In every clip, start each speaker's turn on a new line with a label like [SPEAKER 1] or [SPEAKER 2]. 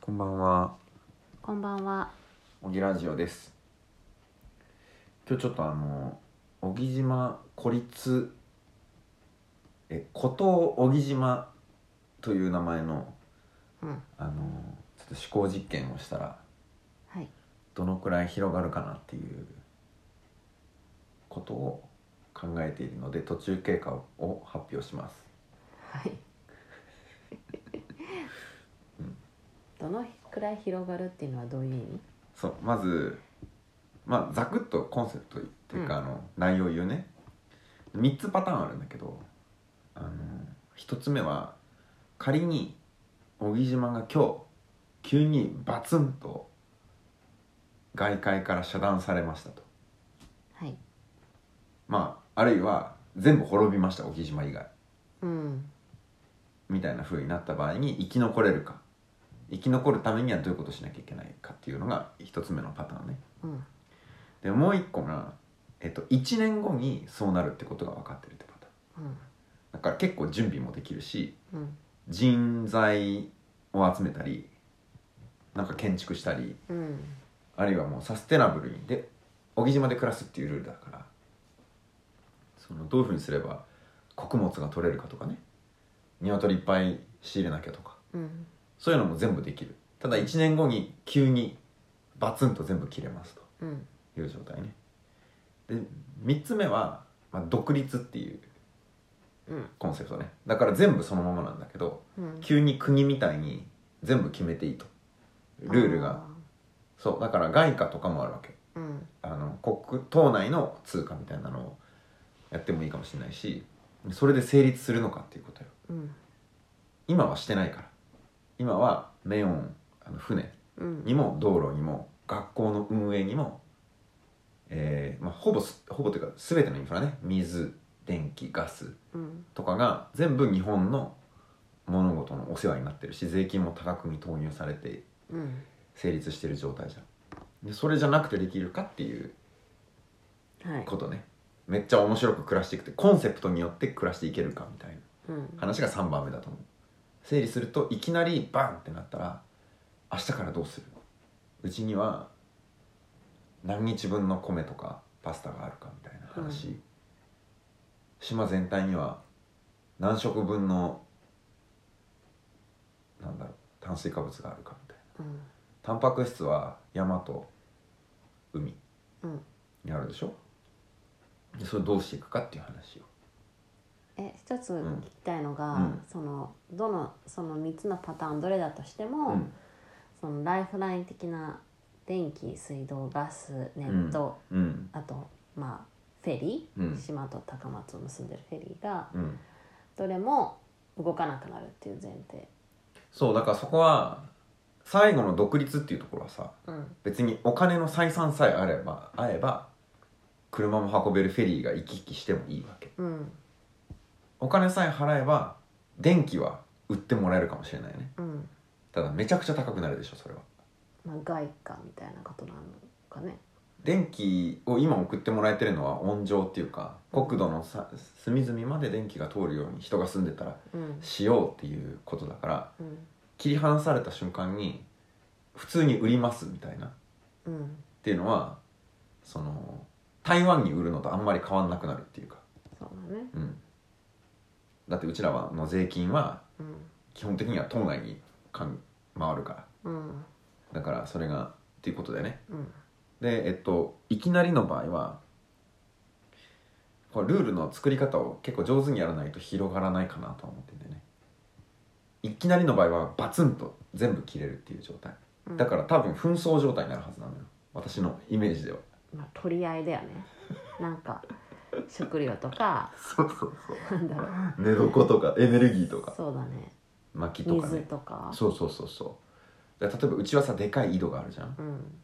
[SPEAKER 1] こんばんは、
[SPEAKER 2] こんばんは。
[SPEAKER 1] 小木ラジオです。今日ちょっとあの小木島孤立え孤島小木島という名前の
[SPEAKER 2] うん。
[SPEAKER 1] あのちょっと思考実験をしたら
[SPEAKER 2] はい。
[SPEAKER 1] どのくらい広がるかなっていうことを考えているので途中経過を発表します。
[SPEAKER 2] はい。 どのくらい広がるっていうのはどういう意味？
[SPEAKER 1] そうまずまあざくっとコンセプトっていうか、
[SPEAKER 2] うん
[SPEAKER 1] あの内容を言うね3つパターンあるんだけどあの1つ目は仮に小木島が今日急にバツンと外界から遮断されましたと
[SPEAKER 2] はい。
[SPEAKER 1] まああるいは全部滅びました小木島以外
[SPEAKER 2] うん。
[SPEAKER 1] みたいな風になった場合に生き残れるか生き残るためにはどういうことをしなきゃいけないかっていうのが1つ目のパターンね
[SPEAKER 2] うん。
[SPEAKER 1] でもう一個が、えっと、1年後にそうなるってことが分かってるってパターン
[SPEAKER 2] うん。
[SPEAKER 1] だから結構準備もできるし
[SPEAKER 2] うん。
[SPEAKER 1] 人材を集めたりなんか建築したり
[SPEAKER 2] うん。
[SPEAKER 1] あるいはもうサステナブルにで小木島で暮らすっていうルールだからそのどういうふうにすれば穀物が取れるかとかね鶏いっぱい仕入れなきゃとか
[SPEAKER 2] うん。
[SPEAKER 1] そういうのも全部できるただ1年後に急にバツンと全部切れますと。
[SPEAKER 2] うん。
[SPEAKER 1] いう状態ねで3つ目は、まあ、独立っていう
[SPEAKER 2] うん。
[SPEAKER 1] コンセプトねだから全部そのままなんだけど
[SPEAKER 2] うん。
[SPEAKER 1] 急に国みたいに全部決めていいとルールがそうだから外貨とかもあるわけ
[SPEAKER 2] あー。うん。
[SPEAKER 1] あの国島内の通貨みたいなのをやってもいいかもしれないしそれで成立するのかっていうことよ
[SPEAKER 2] うん。
[SPEAKER 1] 今はしてないから今はネオンあの船
[SPEAKER 2] うん。
[SPEAKER 1] にも道路にも学校の運営にも、えーまあ、ほぼすほぼというか全てのインフラね水電気ガス
[SPEAKER 2] うん。
[SPEAKER 1] とかが全部日本の物事のお世話になってるし税金も多額に投入されて
[SPEAKER 2] うん。
[SPEAKER 1] 成立してる状態じゃんでそれじゃなくてできるかっていう
[SPEAKER 2] はい。
[SPEAKER 1] ことねめっちゃ面白く暮らしていくってコンセプトによって暮らしていけるかみたいな
[SPEAKER 2] うん。
[SPEAKER 1] 話が3番目だと思う整理するといきなりバンってなったら明日からどうするうちには何日分の米とかパスタがあるかみたいな話、島全体には何食分のなんだろう炭水化物があるかみたいな
[SPEAKER 2] うん。
[SPEAKER 1] タンパク質は山と海
[SPEAKER 2] うん。
[SPEAKER 1] にあるでしょでそれどうしていくかっていう話を
[SPEAKER 2] え、一つ
[SPEAKER 1] ん
[SPEAKER 2] 聞きたいのが、
[SPEAKER 1] うん
[SPEAKER 2] そのどのその三つのパターンどれだとしても、
[SPEAKER 1] うん
[SPEAKER 2] そのライフライン的な電気、水道、ガス、ネット、
[SPEAKER 1] うん
[SPEAKER 2] あとまあフェリー、
[SPEAKER 1] うん
[SPEAKER 2] 島と高松を結んでるフェリーが
[SPEAKER 1] うん
[SPEAKER 2] どれも動かなくなるっていう前提
[SPEAKER 1] そうだからそこは最後の独立っていうところはさ
[SPEAKER 2] うん
[SPEAKER 1] 別にお金の採算さえあればあえば車も運べるフェリーが行き来してもいいわけ
[SPEAKER 2] うん
[SPEAKER 1] お金さえ払えば電気は売ってもらえるかもしれないね
[SPEAKER 2] うん
[SPEAKER 1] ただめちゃくちゃ高くなるでしょそれは
[SPEAKER 2] まあ外貨みたいなことなのかね
[SPEAKER 1] 電気を今送ってもらえてるのは温情っていうか国土のさ隅々まで電気が通るように人が住んでたら
[SPEAKER 2] うん
[SPEAKER 1] しようっていうことだから
[SPEAKER 2] うん
[SPEAKER 1] 切り離された瞬間に普通に売りますみたいな
[SPEAKER 2] うん
[SPEAKER 1] っていうのはその台湾に売るのとあんまり変わんなくなるっていうか、
[SPEAKER 2] そうだね
[SPEAKER 1] うん、だってうちらはの税金は
[SPEAKER 2] うん
[SPEAKER 1] 基本的には島内にかん回るから
[SPEAKER 2] うん
[SPEAKER 1] だからそれがっていうことだよね
[SPEAKER 2] うん
[SPEAKER 1] でえっといきなりの場合はこれルールの作り方を結構上手にやらないと広がらないかなとは思ってんだよねいきなりの場合はバツンと全部切れるっていう状態
[SPEAKER 2] うん
[SPEAKER 1] だから多分紛争状態になるはずなのよ私のイメージでは
[SPEAKER 2] まあ取り合いだよね なんか食料とか
[SPEAKER 1] そうそうそう
[SPEAKER 2] なんだろう
[SPEAKER 1] 寝床とかエネルギーとか
[SPEAKER 2] そうだね
[SPEAKER 1] 薪とか
[SPEAKER 2] 水
[SPEAKER 1] ね
[SPEAKER 2] とか
[SPEAKER 1] そうそうそうそうだから例えばうちはさでかい井戸があるじゃん
[SPEAKER 2] うん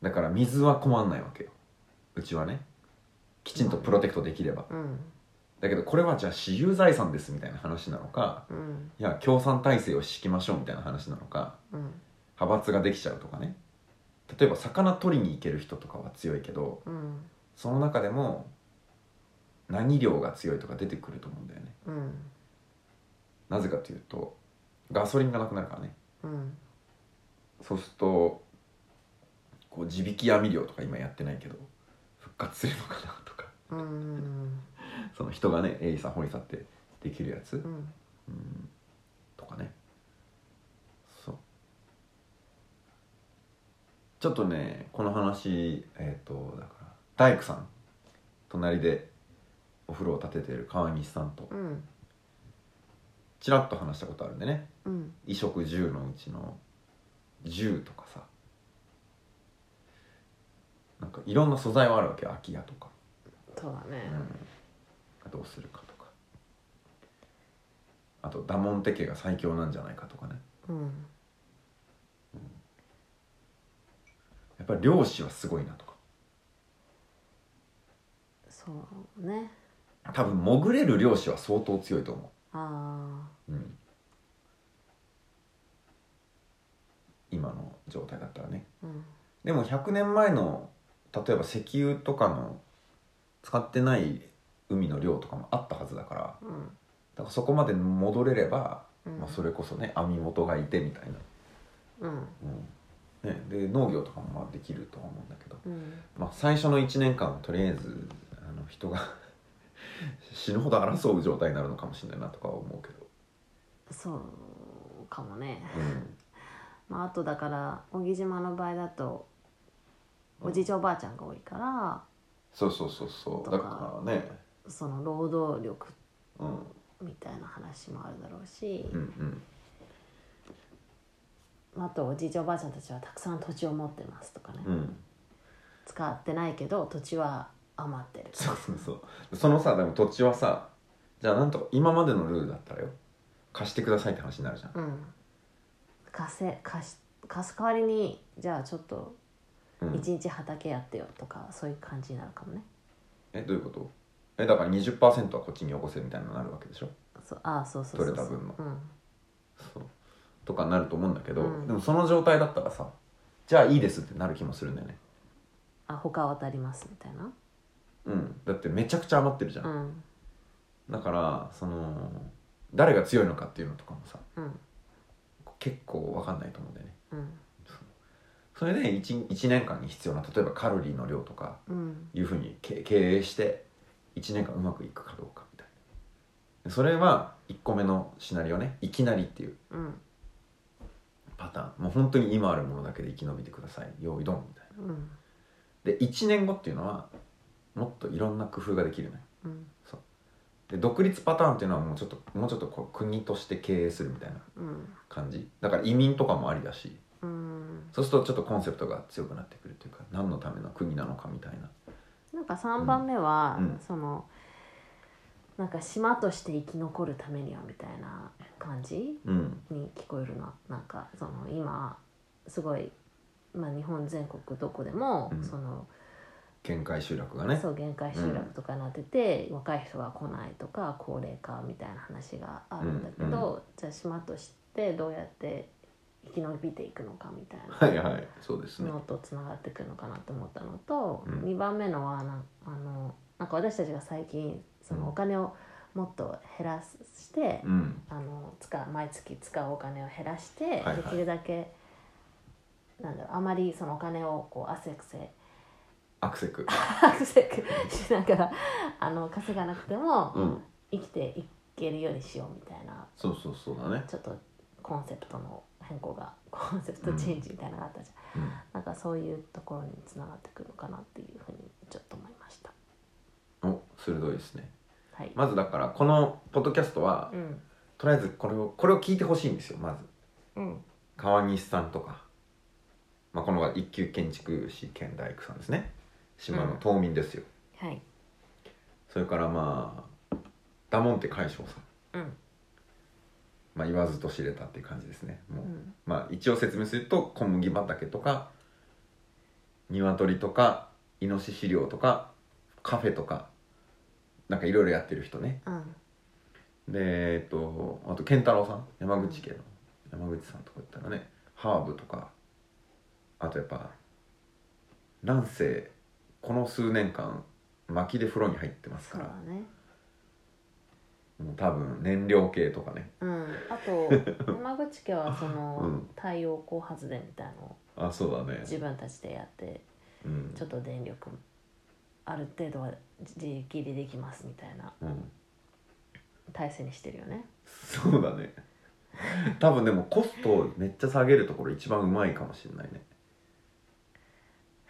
[SPEAKER 1] だから水は困んないわけようちはねきちんとプロテクトできれば
[SPEAKER 2] うん
[SPEAKER 1] だけどこれはじゃあ私有財産ですみたいな話なのか
[SPEAKER 2] うん
[SPEAKER 1] いや共産体制を敷きましょうみたいな話なのか
[SPEAKER 2] うん
[SPEAKER 1] 派閥ができちゃうとかね例えば魚取りに行ける人とかは強いけど
[SPEAKER 2] うん
[SPEAKER 1] その中でも何量が強いとか出てくると思うんだよね
[SPEAKER 2] うん
[SPEAKER 1] なぜかというとガソリンがなくなるからね
[SPEAKER 2] うん
[SPEAKER 1] そうするとこう地引き網漁とか今やってないけど復活するのかなとか
[SPEAKER 2] うん
[SPEAKER 1] その人がねエイさん堀さんってできるやつ、
[SPEAKER 2] うん
[SPEAKER 1] うん、とかねそうちょっとねこの話えっ、とだから大工さん隣でお風呂を建ててる川西さんと
[SPEAKER 2] うん
[SPEAKER 1] ちらっと話したことあるんでね
[SPEAKER 2] うん
[SPEAKER 1] 衣食住のうちの10とかさなんかいろんな素材はあるわけよ空き家とか、
[SPEAKER 2] そうだね
[SPEAKER 1] うん、どうするかとかあとダモンテ家が最強なんじゃないかとかね
[SPEAKER 2] うん
[SPEAKER 1] やっぱり漁師はすごいなとか
[SPEAKER 2] そうね
[SPEAKER 1] 多分潜れる漁師は相当強いと思
[SPEAKER 2] あ
[SPEAKER 1] う、うん、今の状態だったらね
[SPEAKER 2] あうん
[SPEAKER 1] でも100年前の例えば石油とかの使ってない海の量とかもあったはずだから
[SPEAKER 2] うん
[SPEAKER 1] だからそこまで戻れれば、
[SPEAKER 2] うん
[SPEAKER 1] まあ、それこそね網元がいてみたいな、
[SPEAKER 2] うん
[SPEAKER 1] うんね、で農業とかもまあできるとは思うんだけど、
[SPEAKER 2] うん
[SPEAKER 1] まあ、最初の1年間はとりあえずあの人が 死ぬほど争う状態になるのかもしれないなとかは思うけど、
[SPEAKER 2] そうかもね
[SPEAKER 1] うん、
[SPEAKER 2] まああとだから小木島の場合だとおじいちゃんおばあちゃんが多いから
[SPEAKER 1] そうそうそうそうだからね、
[SPEAKER 2] その労働力
[SPEAKER 1] うん、うん
[SPEAKER 2] みたいな話もあるだろうし、
[SPEAKER 1] うん
[SPEAKER 2] あとおじいちゃんおばあちゃんたちはたくさん土地を持ってますとかね、
[SPEAKER 1] うん
[SPEAKER 2] 使ってないけど土地は余ってる
[SPEAKER 1] そうそうそうそのさでも土地はさじゃあなんと今までのルールだったらよ貸してくださいって話になるじゃん
[SPEAKER 2] うん貸せ貸し貸す代わりにじゃあちょっと
[SPEAKER 1] うん
[SPEAKER 2] 一日畑やってよとか、そういう感じになるかもね
[SPEAKER 1] えどういうことえだから20%はこっちによこせみたいになるわけでしょ
[SPEAKER 2] そうあそうそうそうそう
[SPEAKER 1] 取れた分の
[SPEAKER 2] うん
[SPEAKER 1] そうとかなると思うんだけど、
[SPEAKER 2] うん
[SPEAKER 1] でもその状態だったらさじゃあいいですってなる気もするんだよね
[SPEAKER 2] あ他は渡りますみたいな
[SPEAKER 1] うんだってめちゃくちゃ余ってるじゃん、
[SPEAKER 2] うん
[SPEAKER 1] だからその誰が強いのかっていうのとかもさ
[SPEAKER 2] うん
[SPEAKER 1] 結構わかんないと思うんだよね
[SPEAKER 2] うん
[SPEAKER 1] それで 1, 1年間に必要な例えばカロリーの量とか
[SPEAKER 2] うん
[SPEAKER 1] いうふうにけ経営して1年間うまくいくかどうかみたいなそれは1個目のシナリオねいきなりっていう
[SPEAKER 2] うん
[SPEAKER 1] パターンもう本当に今あるものだけで生き延びてください用意ドンみたい
[SPEAKER 2] うん
[SPEAKER 1] なで1年後っていうのはもっといろんな工夫ができるね
[SPEAKER 2] うん
[SPEAKER 1] で独立パターンっていうのはもうちょっともうちょっとこう国として経営するみたいな
[SPEAKER 2] うん
[SPEAKER 1] 感じだから移民とかもありだし
[SPEAKER 2] うん
[SPEAKER 1] そうするとちょっとコンセプトが強くなってくるというか何のための国なのかみたいな
[SPEAKER 2] なんか3番目は、
[SPEAKER 1] うん
[SPEAKER 2] そのなんか島として生き残るためにはみたいな感じ
[SPEAKER 1] うん
[SPEAKER 2] に聞こえるななんかその今すごい、まあ、日本全国どこでも、
[SPEAKER 1] うん
[SPEAKER 2] その
[SPEAKER 1] 限界集落がね
[SPEAKER 2] そう限界集落とかになってて、若い人が来ないとか高齢化みたいな話があるんだけど、じゃあ島としてどうやって生き延びていくのかみたいな
[SPEAKER 1] はいはいそうですね
[SPEAKER 2] のとつながってくるのかなと思ったのと、
[SPEAKER 1] うん
[SPEAKER 2] 2番目のはなあのなんか私たちが最近そ
[SPEAKER 1] うん
[SPEAKER 2] のお金をもっと減らして、
[SPEAKER 1] うん
[SPEAKER 2] あの使う毎月使うお金を減らして、
[SPEAKER 1] はいはい
[SPEAKER 2] できるだけなんだろうあまりそのお金をこう汗くせ
[SPEAKER 1] アクセク
[SPEAKER 2] 汗くしながらあの稼がなくても、
[SPEAKER 1] うん
[SPEAKER 2] 生きていけるようにしようみたいな
[SPEAKER 1] そうそうそうだね
[SPEAKER 2] ちょっとコンセプトの変更がコンセプトチェンジみたいなのがあったじゃん
[SPEAKER 1] うん
[SPEAKER 2] なんかそういうところにつながってくるのかなっていうふうにちょっと思いました。
[SPEAKER 1] お鋭いですね
[SPEAKER 2] はい。
[SPEAKER 1] まずだからこのポッドキャストは
[SPEAKER 2] うん。
[SPEAKER 1] とりあえずこれをこれを聞いてほしいんですよまず
[SPEAKER 2] うん。
[SPEAKER 1] 川西さんとか、まあ、この方が一級建築士兼大工さんですね島の島民ですよ、
[SPEAKER 2] はい。
[SPEAKER 1] それからまあダモンテ海将さん、
[SPEAKER 2] うん。
[SPEAKER 1] まあ、言わずと知れたっていう感じですねも
[SPEAKER 2] う
[SPEAKER 1] う、
[SPEAKER 2] ん。
[SPEAKER 1] まあ一応説明すると小麦畑とか鶏とかイノシシ漁とかカフェとかなんかいろいろやってる人ね
[SPEAKER 2] うん。
[SPEAKER 1] でえっとあと健太郎さん山口県の、山口さんとか言ったらねハーブとかあとやっぱなんせこの数年間薪で風呂に入ってますか
[SPEAKER 2] そう
[SPEAKER 1] ら
[SPEAKER 2] だね。
[SPEAKER 1] もう多分燃料系とかね
[SPEAKER 2] うん、あと 山口家はその、
[SPEAKER 1] うん
[SPEAKER 2] 太陽光発電みたいのを
[SPEAKER 1] あそうだね
[SPEAKER 2] 自分たちでやって
[SPEAKER 1] うん
[SPEAKER 2] ちょっと電力ある程度は自力でできますみたいな
[SPEAKER 1] うん
[SPEAKER 2] 体制にしてるよね
[SPEAKER 1] そうだね多分でもコストをめっちゃ下げるところ一番うまいかもしれないね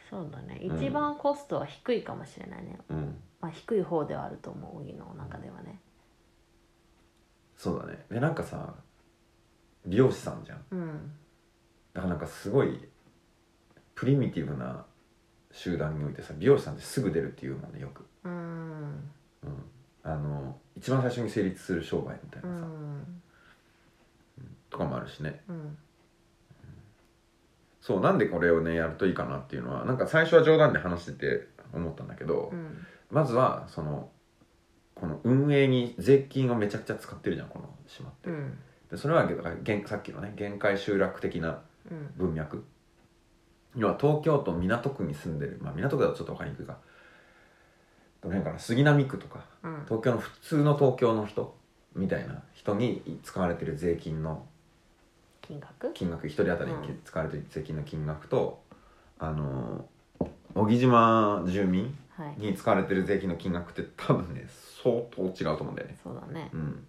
[SPEAKER 2] そうだね
[SPEAKER 1] うん
[SPEAKER 2] 一番コストは低いかもしれないね、
[SPEAKER 1] うん
[SPEAKER 2] まあ低い方ではあると思う荻野の中ではね
[SPEAKER 1] そうだねでなんかさ美容師さんじゃん
[SPEAKER 2] うん
[SPEAKER 1] だからなんかすごいプリミティブな集団においてさ美容師さんってすぐ出るっていうもんねよく、
[SPEAKER 2] うん
[SPEAKER 1] うん、あの一番最初に成立する商売みたいうなさ、
[SPEAKER 2] ん
[SPEAKER 1] とかもあるしね
[SPEAKER 2] うん
[SPEAKER 1] そうなんでこれをねやるといいかなっていうのはなんか最初は冗談で話してて思ったんだけど、
[SPEAKER 2] うん
[SPEAKER 1] まずはそのこの運営に税金をめちゃくちゃ使ってるじゃんこの島って、
[SPEAKER 2] うん
[SPEAKER 1] でそれはだから限さっきのね限界集落的な
[SPEAKER 2] うん
[SPEAKER 1] 文脈要は東京都港区に住んでるまあ港区だとちょっと分かりにくいがどの辺かな杉並区とか
[SPEAKER 2] うん
[SPEAKER 1] 東京の普通の東京の人みたいな人に使われてる税金の
[SPEAKER 2] 金額
[SPEAKER 1] 金額一人当たりに
[SPEAKER 2] うん
[SPEAKER 1] 使われてる税金の金額と、あの小木島住民
[SPEAKER 2] はい
[SPEAKER 1] に使われてる税金の金額って多分ね相当違うと思うんだよね
[SPEAKER 2] そうだね
[SPEAKER 1] うん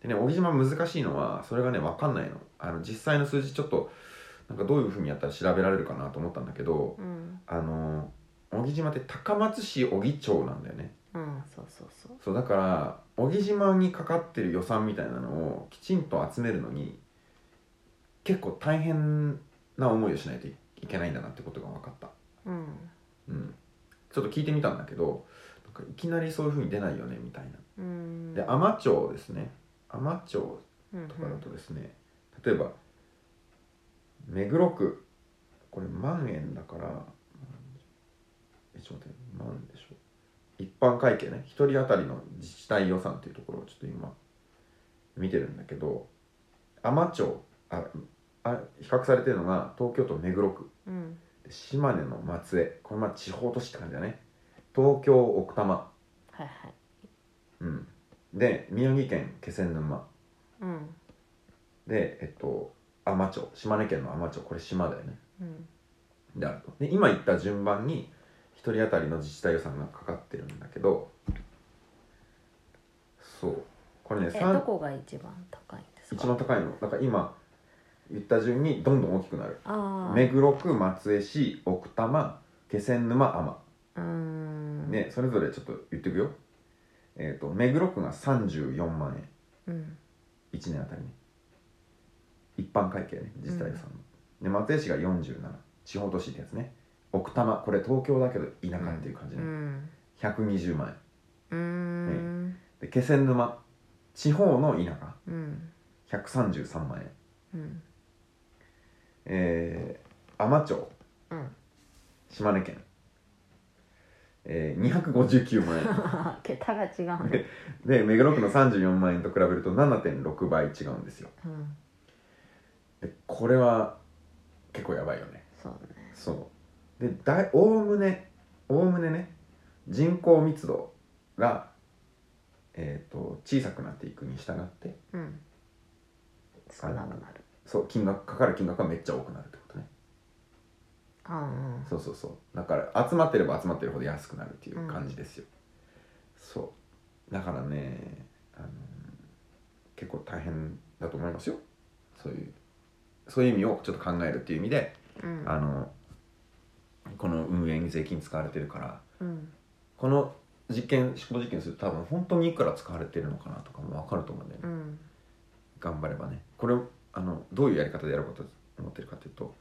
[SPEAKER 1] でね小木島難しいのはそれがね分かんないのあの実際の数字ちょっとなんかどういうふうにやったら調べられるかなと思ったんだけど
[SPEAKER 2] うん
[SPEAKER 1] あの小木島って高松市小木町なんだよね
[SPEAKER 2] うんそうそうそう
[SPEAKER 1] そうだから小木島にかかってる予算みたいなのをきちんと集めるのに結構大変な思いをしないといけないんだなってことが分かった
[SPEAKER 2] うん
[SPEAKER 1] うん、ちょっと聞いてみたんだけどなんかいきなりそういう風に出ないよねみたいな
[SPEAKER 2] うん
[SPEAKER 1] で海士町ですね海士町
[SPEAKER 2] うん
[SPEAKER 1] とかだとですね、例えば目黒区これ万円だからえちょっと待って万でしょ一般会計ね一人当たりの自治体予算っていうところをちょっと今見てるんだけど海士町ああ比較されてるのが東京都目黒区
[SPEAKER 2] うん
[SPEAKER 1] 島根の松江これまあ地方都市って感じだね東京奥多摩、
[SPEAKER 2] はいはい
[SPEAKER 1] うん、で宮城県気仙沼
[SPEAKER 2] うん
[SPEAKER 1] でえっと海士町島根県の海士町これ島だよね
[SPEAKER 2] うん
[SPEAKER 1] であるとで今言った順番に1人当たりの自治体予算がかかってるんだけどそうこれね
[SPEAKER 2] え
[SPEAKER 1] さん
[SPEAKER 2] どこが一番高いんです
[SPEAKER 1] 一
[SPEAKER 2] か
[SPEAKER 1] 番高いのだから今言った順にどんどん大きくなる
[SPEAKER 2] ああ
[SPEAKER 1] 目黒区松江市奥多摩気仙沼海士
[SPEAKER 2] うーん
[SPEAKER 1] ね、それぞれちょっと言ってくよ。えっ、と、目黒区が34万円。
[SPEAKER 2] うん
[SPEAKER 1] 1年あたりね。一般会計ね、自治体予算の。で、松江市が47。地方都市ってやつね。奥多摩、これ東京だけど田舎っていう感じ
[SPEAKER 2] う
[SPEAKER 1] ね。
[SPEAKER 2] ん
[SPEAKER 1] 120万円。
[SPEAKER 2] うーん
[SPEAKER 1] で、気仙沼、地方の田
[SPEAKER 2] うん
[SPEAKER 1] 舎、133万円。
[SPEAKER 2] うん
[SPEAKER 1] えー、海士町、
[SPEAKER 2] うん
[SPEAKER 1] 島根県。えー、259万円。
[SPEAKER 2] 桁が違うね。
[SPEAKER 1] で、目黒区の34万円と比べると7.6倍違うんですよ。
[SPEAKER 2] うん、
[SPEAKER 1] でこれは結構やばいよね
[SPEAKER 2] そうね。
[SPEAKER 1] そうでだいおおむねおおむねね人口密度が、えー、と小さくなっていくに従って
[SPEAKER 2] うん。少なくなる。
[SPEAKER 1] そう金額かかる金額がめっちゃ多くなるってことね
[SPEAKER 2] あうん
[SPEAKER 1] そうそうそうだから集まってれば集まってるほど安くなるっていう感じですよ、そうだからねあの結構大変だと思いますよそういうそういう意味をちょっと考えるっていう意味で
[SPEAKER 2] うん
[SPEAKER 1] あのこの運営に税金使われてるから
[SPEAKER 2] うん
[SPEAKER 1] この実験思考実験すると多分本当にいくら使われてるのかなとかも分かると思うんだよね、
[SPEAKER 2] うん
[SPEAKER 1] 頑張ればねこれをあのどういうやり方でやろうかと思ってるかというと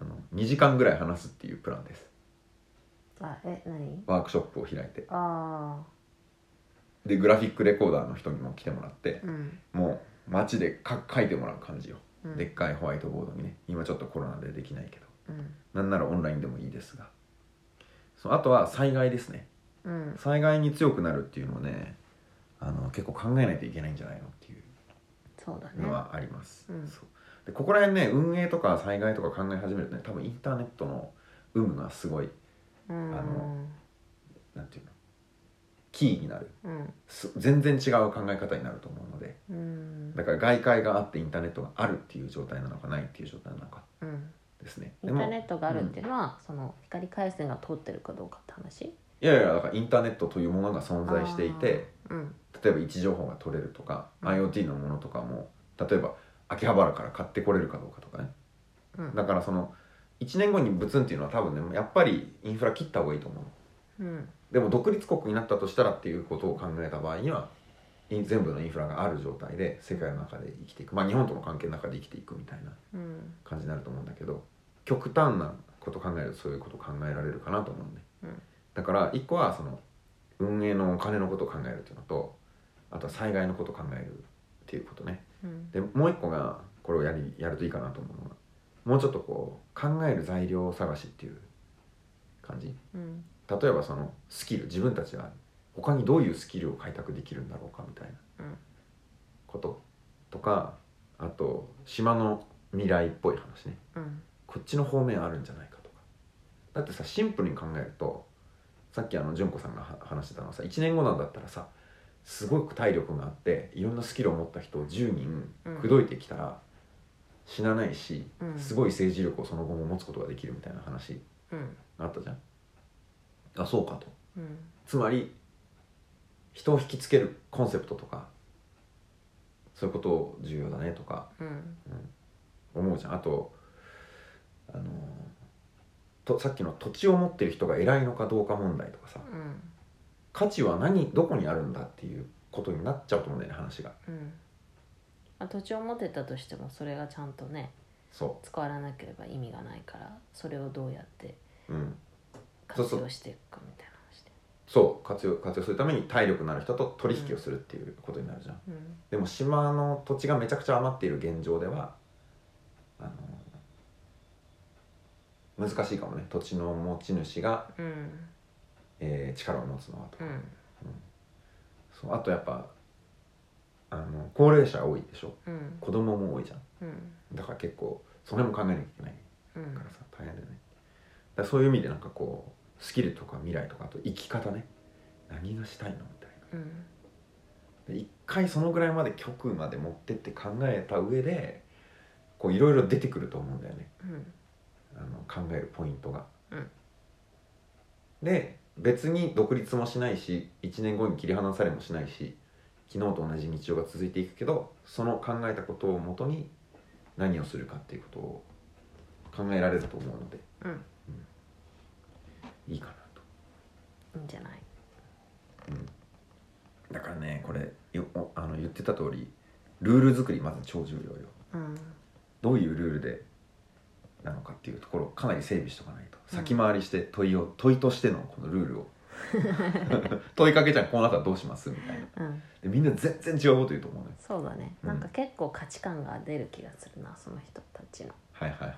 [SPEAKER 1] あの2時間ぐらい話すっていうプランです
[SPEAKER 2] あえ何
[SPEAKER 1] ワークショップを開いて
[SPEAKER 2] あ
[SPEAKER 1] でグラフィックレコーダーの人にも来てもらって
[SPEAKER 2] あうん
[SPEAKER 1] もう街でか書いてもらう感じよ、
[SPEAKER 2] うん
[SPEAKER 1] でっかいホワイトボードにね今ちょっとコロナでできないけど
[SPEAKER 2] うん
[SPEAKER 1] なんならオンラインでもいいですがそうあとは災害ですね
[SPEAKER 2] うん
[SPEAKER 1] 災害に強くなるっていうのをねあの結構考えないといけないんじゃないのっていう
[SPEAKER 2] そうだね
[SPEAKER 1] の。はあります、
[SPEAKER 2] うん
[SPEAKER 1] そうでここら辺ね運営とか災害とか考え始めるとね多分インターネットの有無がすごい
[SPEAKER 2] うん
[SPEAKER 1] あのなんていうのキーになる
[SPEAKER 2] うん
[SPEAKER 1] す全然違う考え方になると思うので
[SPEAKER 2] うん
[SPEAKER 1] だから外界があってインターネットがあるっていう状態なのかないっていう状態なのか
[SPEAKER 2] うん
[SPEAKER 1] ですね
[SPEAKER 2] イ
[SPEAKER 1] で
[SPEAKER 2] ンター
[SPEAKER 1] も
[SPEAKER 2] ネットがあるっていうのは、その光回線が通ってるかどうかって話
[SPEAKER 1] いやいやだからインターネットというものが存在していて
[SPEAKER 2] うん
[SPEAKER 1] 例えば位置情報が取れるとか、
[SPEAKER 2] うん
[SPEAKER 1] IoT のものとかも例えば秋葉原から買ってこれるかどうかとかね
[SPEAKER 2] うん
[SPEAKER 1] だからその1年後にブツンっていうのは多分ねやっぱりインフラ切った方がいいと思う
[SPEAKER 2] うん
[SPEAKER 1] でも独立国になったとしたらっていうことを考えた場合にはい全部のインフラがある状態で世界の中で生きていくまあ日本との関係の中で生きていくみたいな
[SPEAKER 2] うん
[SPEAKER 1] 感じになると思うんだけど極端なこと考えるとそういうこと考えられるかなと思うんで、
[SPEAKER 2] うん
[SPEAKER 1] だから一個はその運営のお金のことを考えるっていうのとあとは災害のことを考えるっていうことね
[SPEAKER 2] うん
[SPEAKER 1] でもう一個がこれをやりやるといいかなと思うのはもうちょっとこう考える材料探しっていう感じ
[SPEAKER 2] うん
[SPEAKER 1] 例えばそのスキル自分たちは他にどういうスキルを開拓できるんだろうかみたいな
[SPEAKER 2] うん
[SPEAKER 1] こととかあと島の未来っぽい話ね
[SPEAKER 2] うん
[SPEAKER 1] こっちの方面あるんじゃないかとかだってさシンプルに考えるとさっきあの純子さんがは話してたのはさ1年後なんだったらさすごく体力があっていろんなスキルを持った人を10人
[SPEAKER 2] うん
[SPEAKER 1] 口説いてきたら死なないし、
[SPEAKER 2] うん
[SPEAKER 1] すごい政治力をその後も持つことができるみたいな話
[SPEAKER 2] うん
[SPEAKER 1] があったじゃん。あそうかと
[SPEAKER 2] うん
[SPEAKER 1] つまり人を引きつけるコンセプトとかそういうこと重要だねとか
[SPEAKER 2] うん
[SPEAKER 1] 思うじゃんあとあのとさっきの土地を持ってる人が偉いのかどうか問題とかさ
[SPEAKER 2] うん
[SPEAKER 1] 価値は何どこにあるんだっていうことになっちゃうと思うんだよね話が
[SPEAKER 2] うんあ土地を持ってたとしてもそれがちゃんとね
[SPEAKER 1] そ
[SPEAKER 2] 使われなければ意味がないからそれをどうやって
[SPEAKER 1] ううんそう
[SPEAKER 2] 活
[SPEAKER 1] そう
[SPEAKER 2] 用していくかみたいな話で
[SPEAKER 1] そう活用活用するために体力のある人と取引をするっていうことになるじゃん、
[SPEAKER 2] うん
[SPEAKER 1] でも島の土地がめちゃくちゃ余っている現状ではあの難しいかもね土地の持ち主が、
[SPEAKER 2] うん
[SPEAKER 1] えー力を持つのはと
[SPEAKER 2] う
[SPEAKER 1] か、
[SPEAKER 2] ん
[SPEAKER 1] そうあとやっぱあの高齢者多いでしょ
[SPEAKER 2] うん
[SPEAKER 1] 子供も多いじゃん
[SPEAKER 2] うん
[SPEAKER 1] だから結構その辺も考えなきゃいけない
[SPEAKER 2] うん
[SPEAKER 1] からさ大変だよねだからそういう意味でなんかこうスキルとか未来とかあと生き方ね何がしたいのみたいな
[SPEAKER 2] うん
[SPEAKER 1] で一回そのぐらいまで極まで持ってって考えた上でこういろいろ出てくると思うんだよね
[SPEAKER 2] うん
[SPEAKER 1] あの考えるポイントが。
[SPEAKER 2] うん
[SPEAKER 1] で別に独立もしないし1年後に切り離されもしないし昨日と同じ日常が続いていくけどその考えたことをもとに何をするかっていうことを考えられると思うので
[SPEAKER 2] うん
[SPEAKER 1] いいかなと。
[SPEAKER 2] いいんじゃない
[SPEAKER 1] だからねこれよおあの言ってた通りルール作りまず超重要よ。
[SPEAKER 2] うん
[SPEAKER 1] どういうルールでなのかっていうところをかなり整備しておかないと先回りして問いを、問いとしてのこのルール を問いかけちゃうこうなったらどうしますみたいな
[SPEAKER 2] うん
[SPEAKER 1] でみんな全然違うこと言うと思うのよ
[SPEAKER 2] そうだね
[SPEAKER 1] うん
[SPEAKER 2] なんか結構価値観が出る気がするなその人たちの
[SPEAKER 1] はいはいはい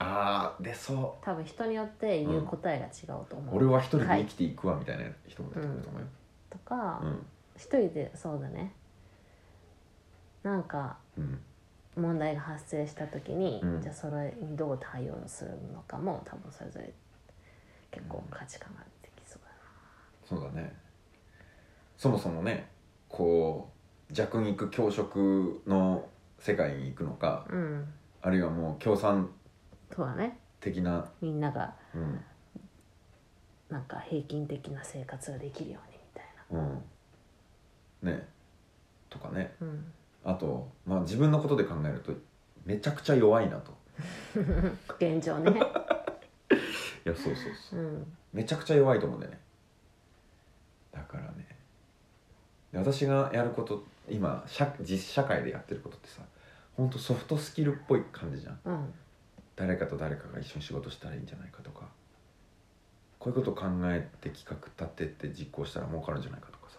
[SPEAKER 1] あー出そ
[SPEAKER 2] 多分人によって言う答えが違う
[SPEAKER 1] う
[SPEAKER 2] と思
[SPEAKER 1] 俺
[SPEAKER 2] う
[SPEAKER 1] は一人で生きていくわみたいな人も出てくると思うよ、
[SPEAKER 2] とか
[SPEAKER 1] うん
[SPEAKER 2] 一人でそうだねなんか
[SPEAKER 1] うん
[SPEAKER 2] 問題が発生した時に、
[SPEAKER 1] うん
[SPEAKER 2] じゃあそれにどう対応するのかも多分それぞれ結構価値観ができそ
[SPEAKER 1] そ
[SPEAKER 2] う
[SPEAKER 1] うだねそもそもねこう弱肉強食の世界に行くのか
[SPEAKER 2] だなうん
[SPEAKER 1] あるいはもう共産
[SPEAKER 2] そうだね
[SPEAKER 1] 的な、
[SPEAKER 2] みんなが
[SPEAKER 1] うん
[SPEAKER 2] なんか平均的な生活ができるようにみ
[SPEAKER 1] う
[SPEAKER 2] たい
[SPEAKER 1] ん、ねとかね
[SPEAKER 2] なうん
[SPEAKER 1] あと、まあ、自分のことで考えるとめちゃくちゃ弱いなと
[SPEAKER 2] 現状 ね
[SPEAKER 1] いやそうそうそう
[SPEAKER 2] うん
[SPEAKER 1] めちゃくちゃ弱いと思うんだよねだからねで私がやること今社実社会でやってることってさほんとソフトスキルっぽい感じじゃん
[SPEAKER 2] うん
[SPEAKER 1] 誰かと誰かが一緒に仕事したらいいんじゃないかとかこういうことを考えて企画立てて実行したら儲かるんじゃないかとかさ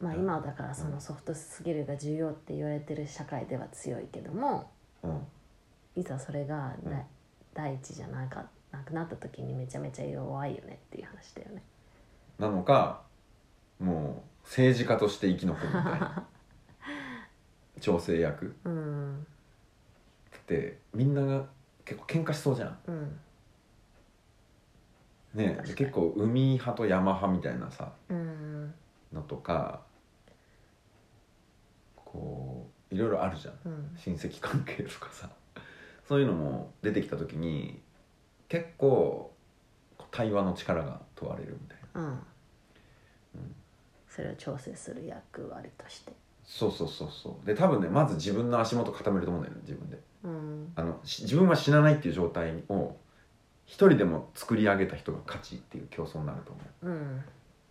[SPEAKER 2] まあ今はだからそのソフトスキルが重要って言われてる社会では強いけども
[SPEAKER 1] うん
[SPEAKER 2] いざそれがだ、
[SPEAKER 1] うん
[SPEAKER 2] 第一じゃなかなくなった時にめちゃめちゃ弱いよねっていう話だよね
[SPEAKER 1] なのかもう政治家として生き残るみたい な調整役
[SPEAKER 2] うん
[SPEAKER 1] ってみんなが結構喧嘩しそうじゃん
[SPEAKER 2] うん
[SPEAKER 1] ね
[SPEAKER 2] 確かに
[SPEAKER 1] 結構海派と山派みたいなさ
[SPEAKER 2] うん
[SPEAKER 1] のとかこういろいろあるじゃん
[SPEAKER 2] うん
[SPEAKER 1] 親戚関係とかさそういうのも出てきた時に結構対話の力が問われるみたいな
[SPEAKER 2] うんそれを調整する役割として
[SPEAKER 1] そうそうそうそうで多分ねまず自分の足元固めると思うんだよね自分で
[SPEAKER 2] うん
[SPEAKER 1] あのし自分は死なないっていう状態を一人でも作り上げた人が勝ちっていう競争になると思
[SPEAKER 2] うん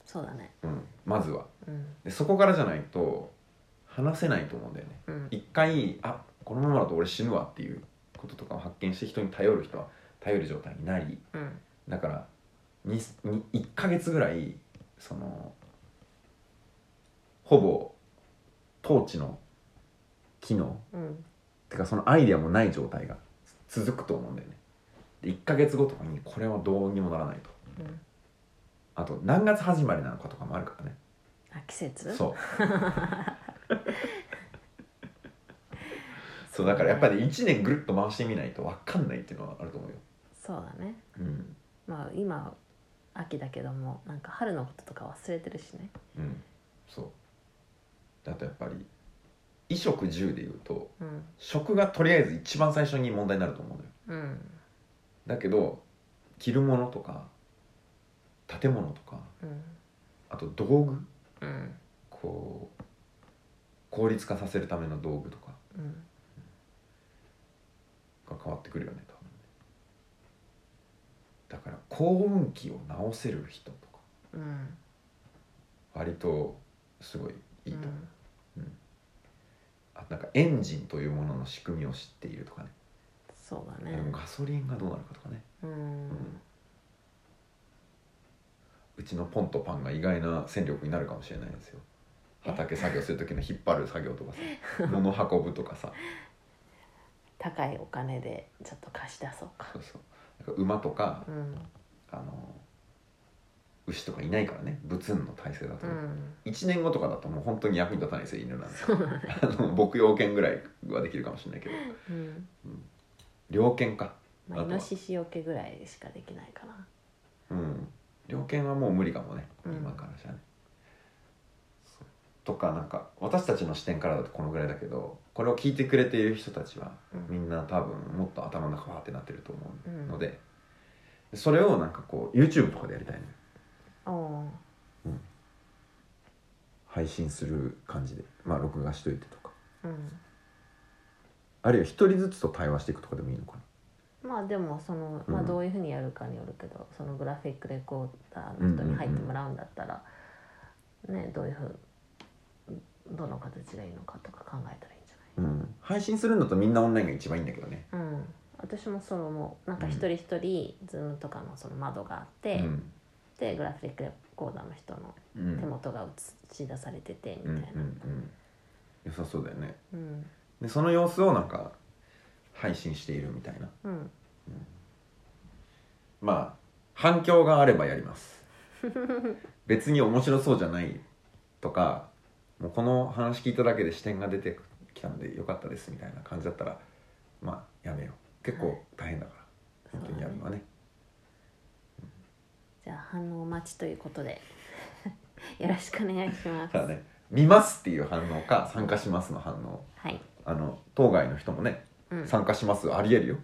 [SPEAKER 2] そうだね
[SPEAKER 1] う、うん、まずは
[SPEAKER 2] うん
[SPEAKER 1] でそこからじゃないと話せないと思うんだよね
[SPEAKER 2] うん
[SPEAKER 1] 一回あこのままだと俺死ぬわっていうこととかを発見して人に頼る人は頼る状態になり
[SPEAKER 2] うん
[SPEAKER 1] だからにに1ヶ月ぐらいそのほぼ統治の機能
[SPEAKER 2] うん
[SPEAKER 1] てかそのアイデアもない状態が続くと思うんだよねで1ヶ月後とかにこれはどうにもならないと
[SPEAKER 2] うん
[SPEAKER 1] あと何月始まりなのかとかもあるからね
[SPEAKER 2] あ季 節
[SPEAKER 1] そうそうだからやっぱり1年ぐるっと回してみないと分かんないっていうのはあると思うよ
[SPEAKER 2] そうだね
[SPEAKER 1] うん
[SPEAKER 2] まあ今秋だけどもなんか春のこととか忘れてるしね
[SPEAKER 1] うんそうだとやっぱり衣食住でいうと
[SPEAKER 2] うん
[SPEAKER 1] 食がとりあえず一番最初に問題になると思うのよ
[SPEAKER 2] うん
[SPEAKER 1] だけど着るものとか建物とか
[SPEAKER 2] うん
[SPEAKER 1] あと道具
[SPEAKER 2] うん
[SPEAKER 1] こう効率化させるための道具とか
[SPEAKER 2] うん
[SPEAKER 1] が変わってくるよね多分ねだから幸運期を直せる人とか
[SPEAKER 2] うん
[SPEAKER 1] 割とすごいいいと思う、
[SPEAKER 2] うん
[SPEAKER 1] あとなんかエンジンというものの仕組みを知っているとかね、
[SPEAKER 2] そうだ
[SPEAKER 1] でも
[SPEAKER 2] ね
[SPEAKER 1] ガソリンがどうなるかとかね、
[SPEAKER 2] う
[SPEAKER 1] うん
[SPEAKER 2] ん
[SPEAKER 1] うちのポンとパンが意外な戦力になるかもしれないですよ畑作業する時の引っ張る作業とかさ物運ぶとかさ
[SPEAKER 2] 高いお金でちょっと貸し出そうか
[SPEAKER 1] そうそうなんか馬とか
[SPEAKER 2] うん
[SPEAKER 1] あの牛とかいないからね物運の体制だと
[SPEAKER 2] う
[SPEAKER 1] ね、
[SPEAKER 2] ん
[SPEAKER 1] 1年後とかだともう本当に役に立たないですよ犬なんて
[SPEAKER 2] そうだね
[SPEAKER 1] あの牧羊犬ぐらいはできるかもしれないけど
[SPEAKER 2] うん
[SPEAKER 1] 猟犬か
[SPEAKER 2] まあ
[SPEAKER 1] あ
[SPEAKER 2] イ
[SPEAKER 1] とは
[SPEAKER 2] ノシシよけぐらいしかできないかな
[SPEAKER 1] うん猟犬はもう無理かもね
[SPEAKER 2] うん
[SPEAKER 1] 今からじゃね、そうとかなんか私たちの視点からだとこのぐらいだけどこれを聞いてくれている人たちは
[SPEAKER 2] うん
[SPEAKER 1] みんな多分もっと頭の中わーってなってると思うので、それをなんかこう YouTube とかでやりたいね
[SPEAKER 2] おー
[SPEAKER 1] 配信する感じでまあ録画しといてとか
[SPEAKER 2] うん
[SPEAKER 1] あるいは一人ずつと対話していくとかでもいいのかな
[SPEAKER 2] まあでもその、ま
[SPEAKER 1] う
[SPEAKER 2] あ、
[SPEAKER 1] ん
[SPEAKER 2] どういうふうにやるかによるけど、そのグラフィックレコーダーの人に入ってもらうんだったら、ねどういうふうどの形がいいのかとか考えたらいいんじ
[SPEAKER 1] うん、配信するんだとみんなオンラインが一番いいんだけどね
[SPEAKER 2] ゃない、うん、私もそのもうなんか一人一人ズームとかのその窓があって、
[SPEAKER 1] うん
[SPEAKER 2] でグラフィックレコーダーの人の
[SPEAKER 1] うん
[SPEAKER 2] 手元が映し出されてて
[SPEAKER 1] うんう
[SPEAKER 2] み
[SPEAKER 1] ん
[SPEAKER 2] たいな、
[SPEAKER 1] うん良さそうだよね
[SPEAKER 2] うん
[SPEAKER 1] でその様子をなんか配信しているみたいな
[SPEAKER 2] うん、
[SPEAKER 1] まあ反響があればやります別に面白そうじゃないとかもうこの話聞いただけで視点が出てきたのでよかったですみたいな感じだったらまあやめよう結構大変だから、
[SPEAKER 2] はい
[SPEAKER 1] 本当にやるのはね
[SPEAKER 2] じゃあ反応待ちということで よろしくお願いします。
[SPEAKER 1] ただね見ますっていう反応か参加しますの反応
[SPEAKER 2] はい、
[SPEAKER 1] あの当該の人もね
[SPEAKER 2] うん、
[SPEAKER 1] 参加しますありえるよ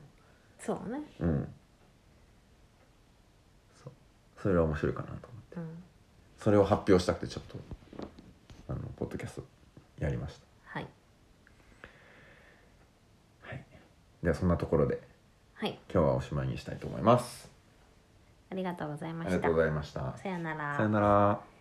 [SPEAKER 2] そうね、
[SPEAKER 1] うんそうそれは面白いかなと思って
[SPEAKER 2] うん、
[SPEAKER 1] それを発表したくてちょっとあのポッドキャストやりました
[SPEAKER 2] はい、
[SPEAKER 1] はい、ではそんなところで
[SPEAKER 2] はい、
[SPEAKER 1] 今日はおしまいにしたいと思います。
[SPEAKER 2] ありがとうございま
[SPEAKER 1] あ
[SPEAKER 2] し
[SPEAKER 1] り
[SPEAKER 2] た。
[SPEAKER 1] がとうございました。
[SPEAKER 2] さよなら
[SPEAKER 1] さよなら。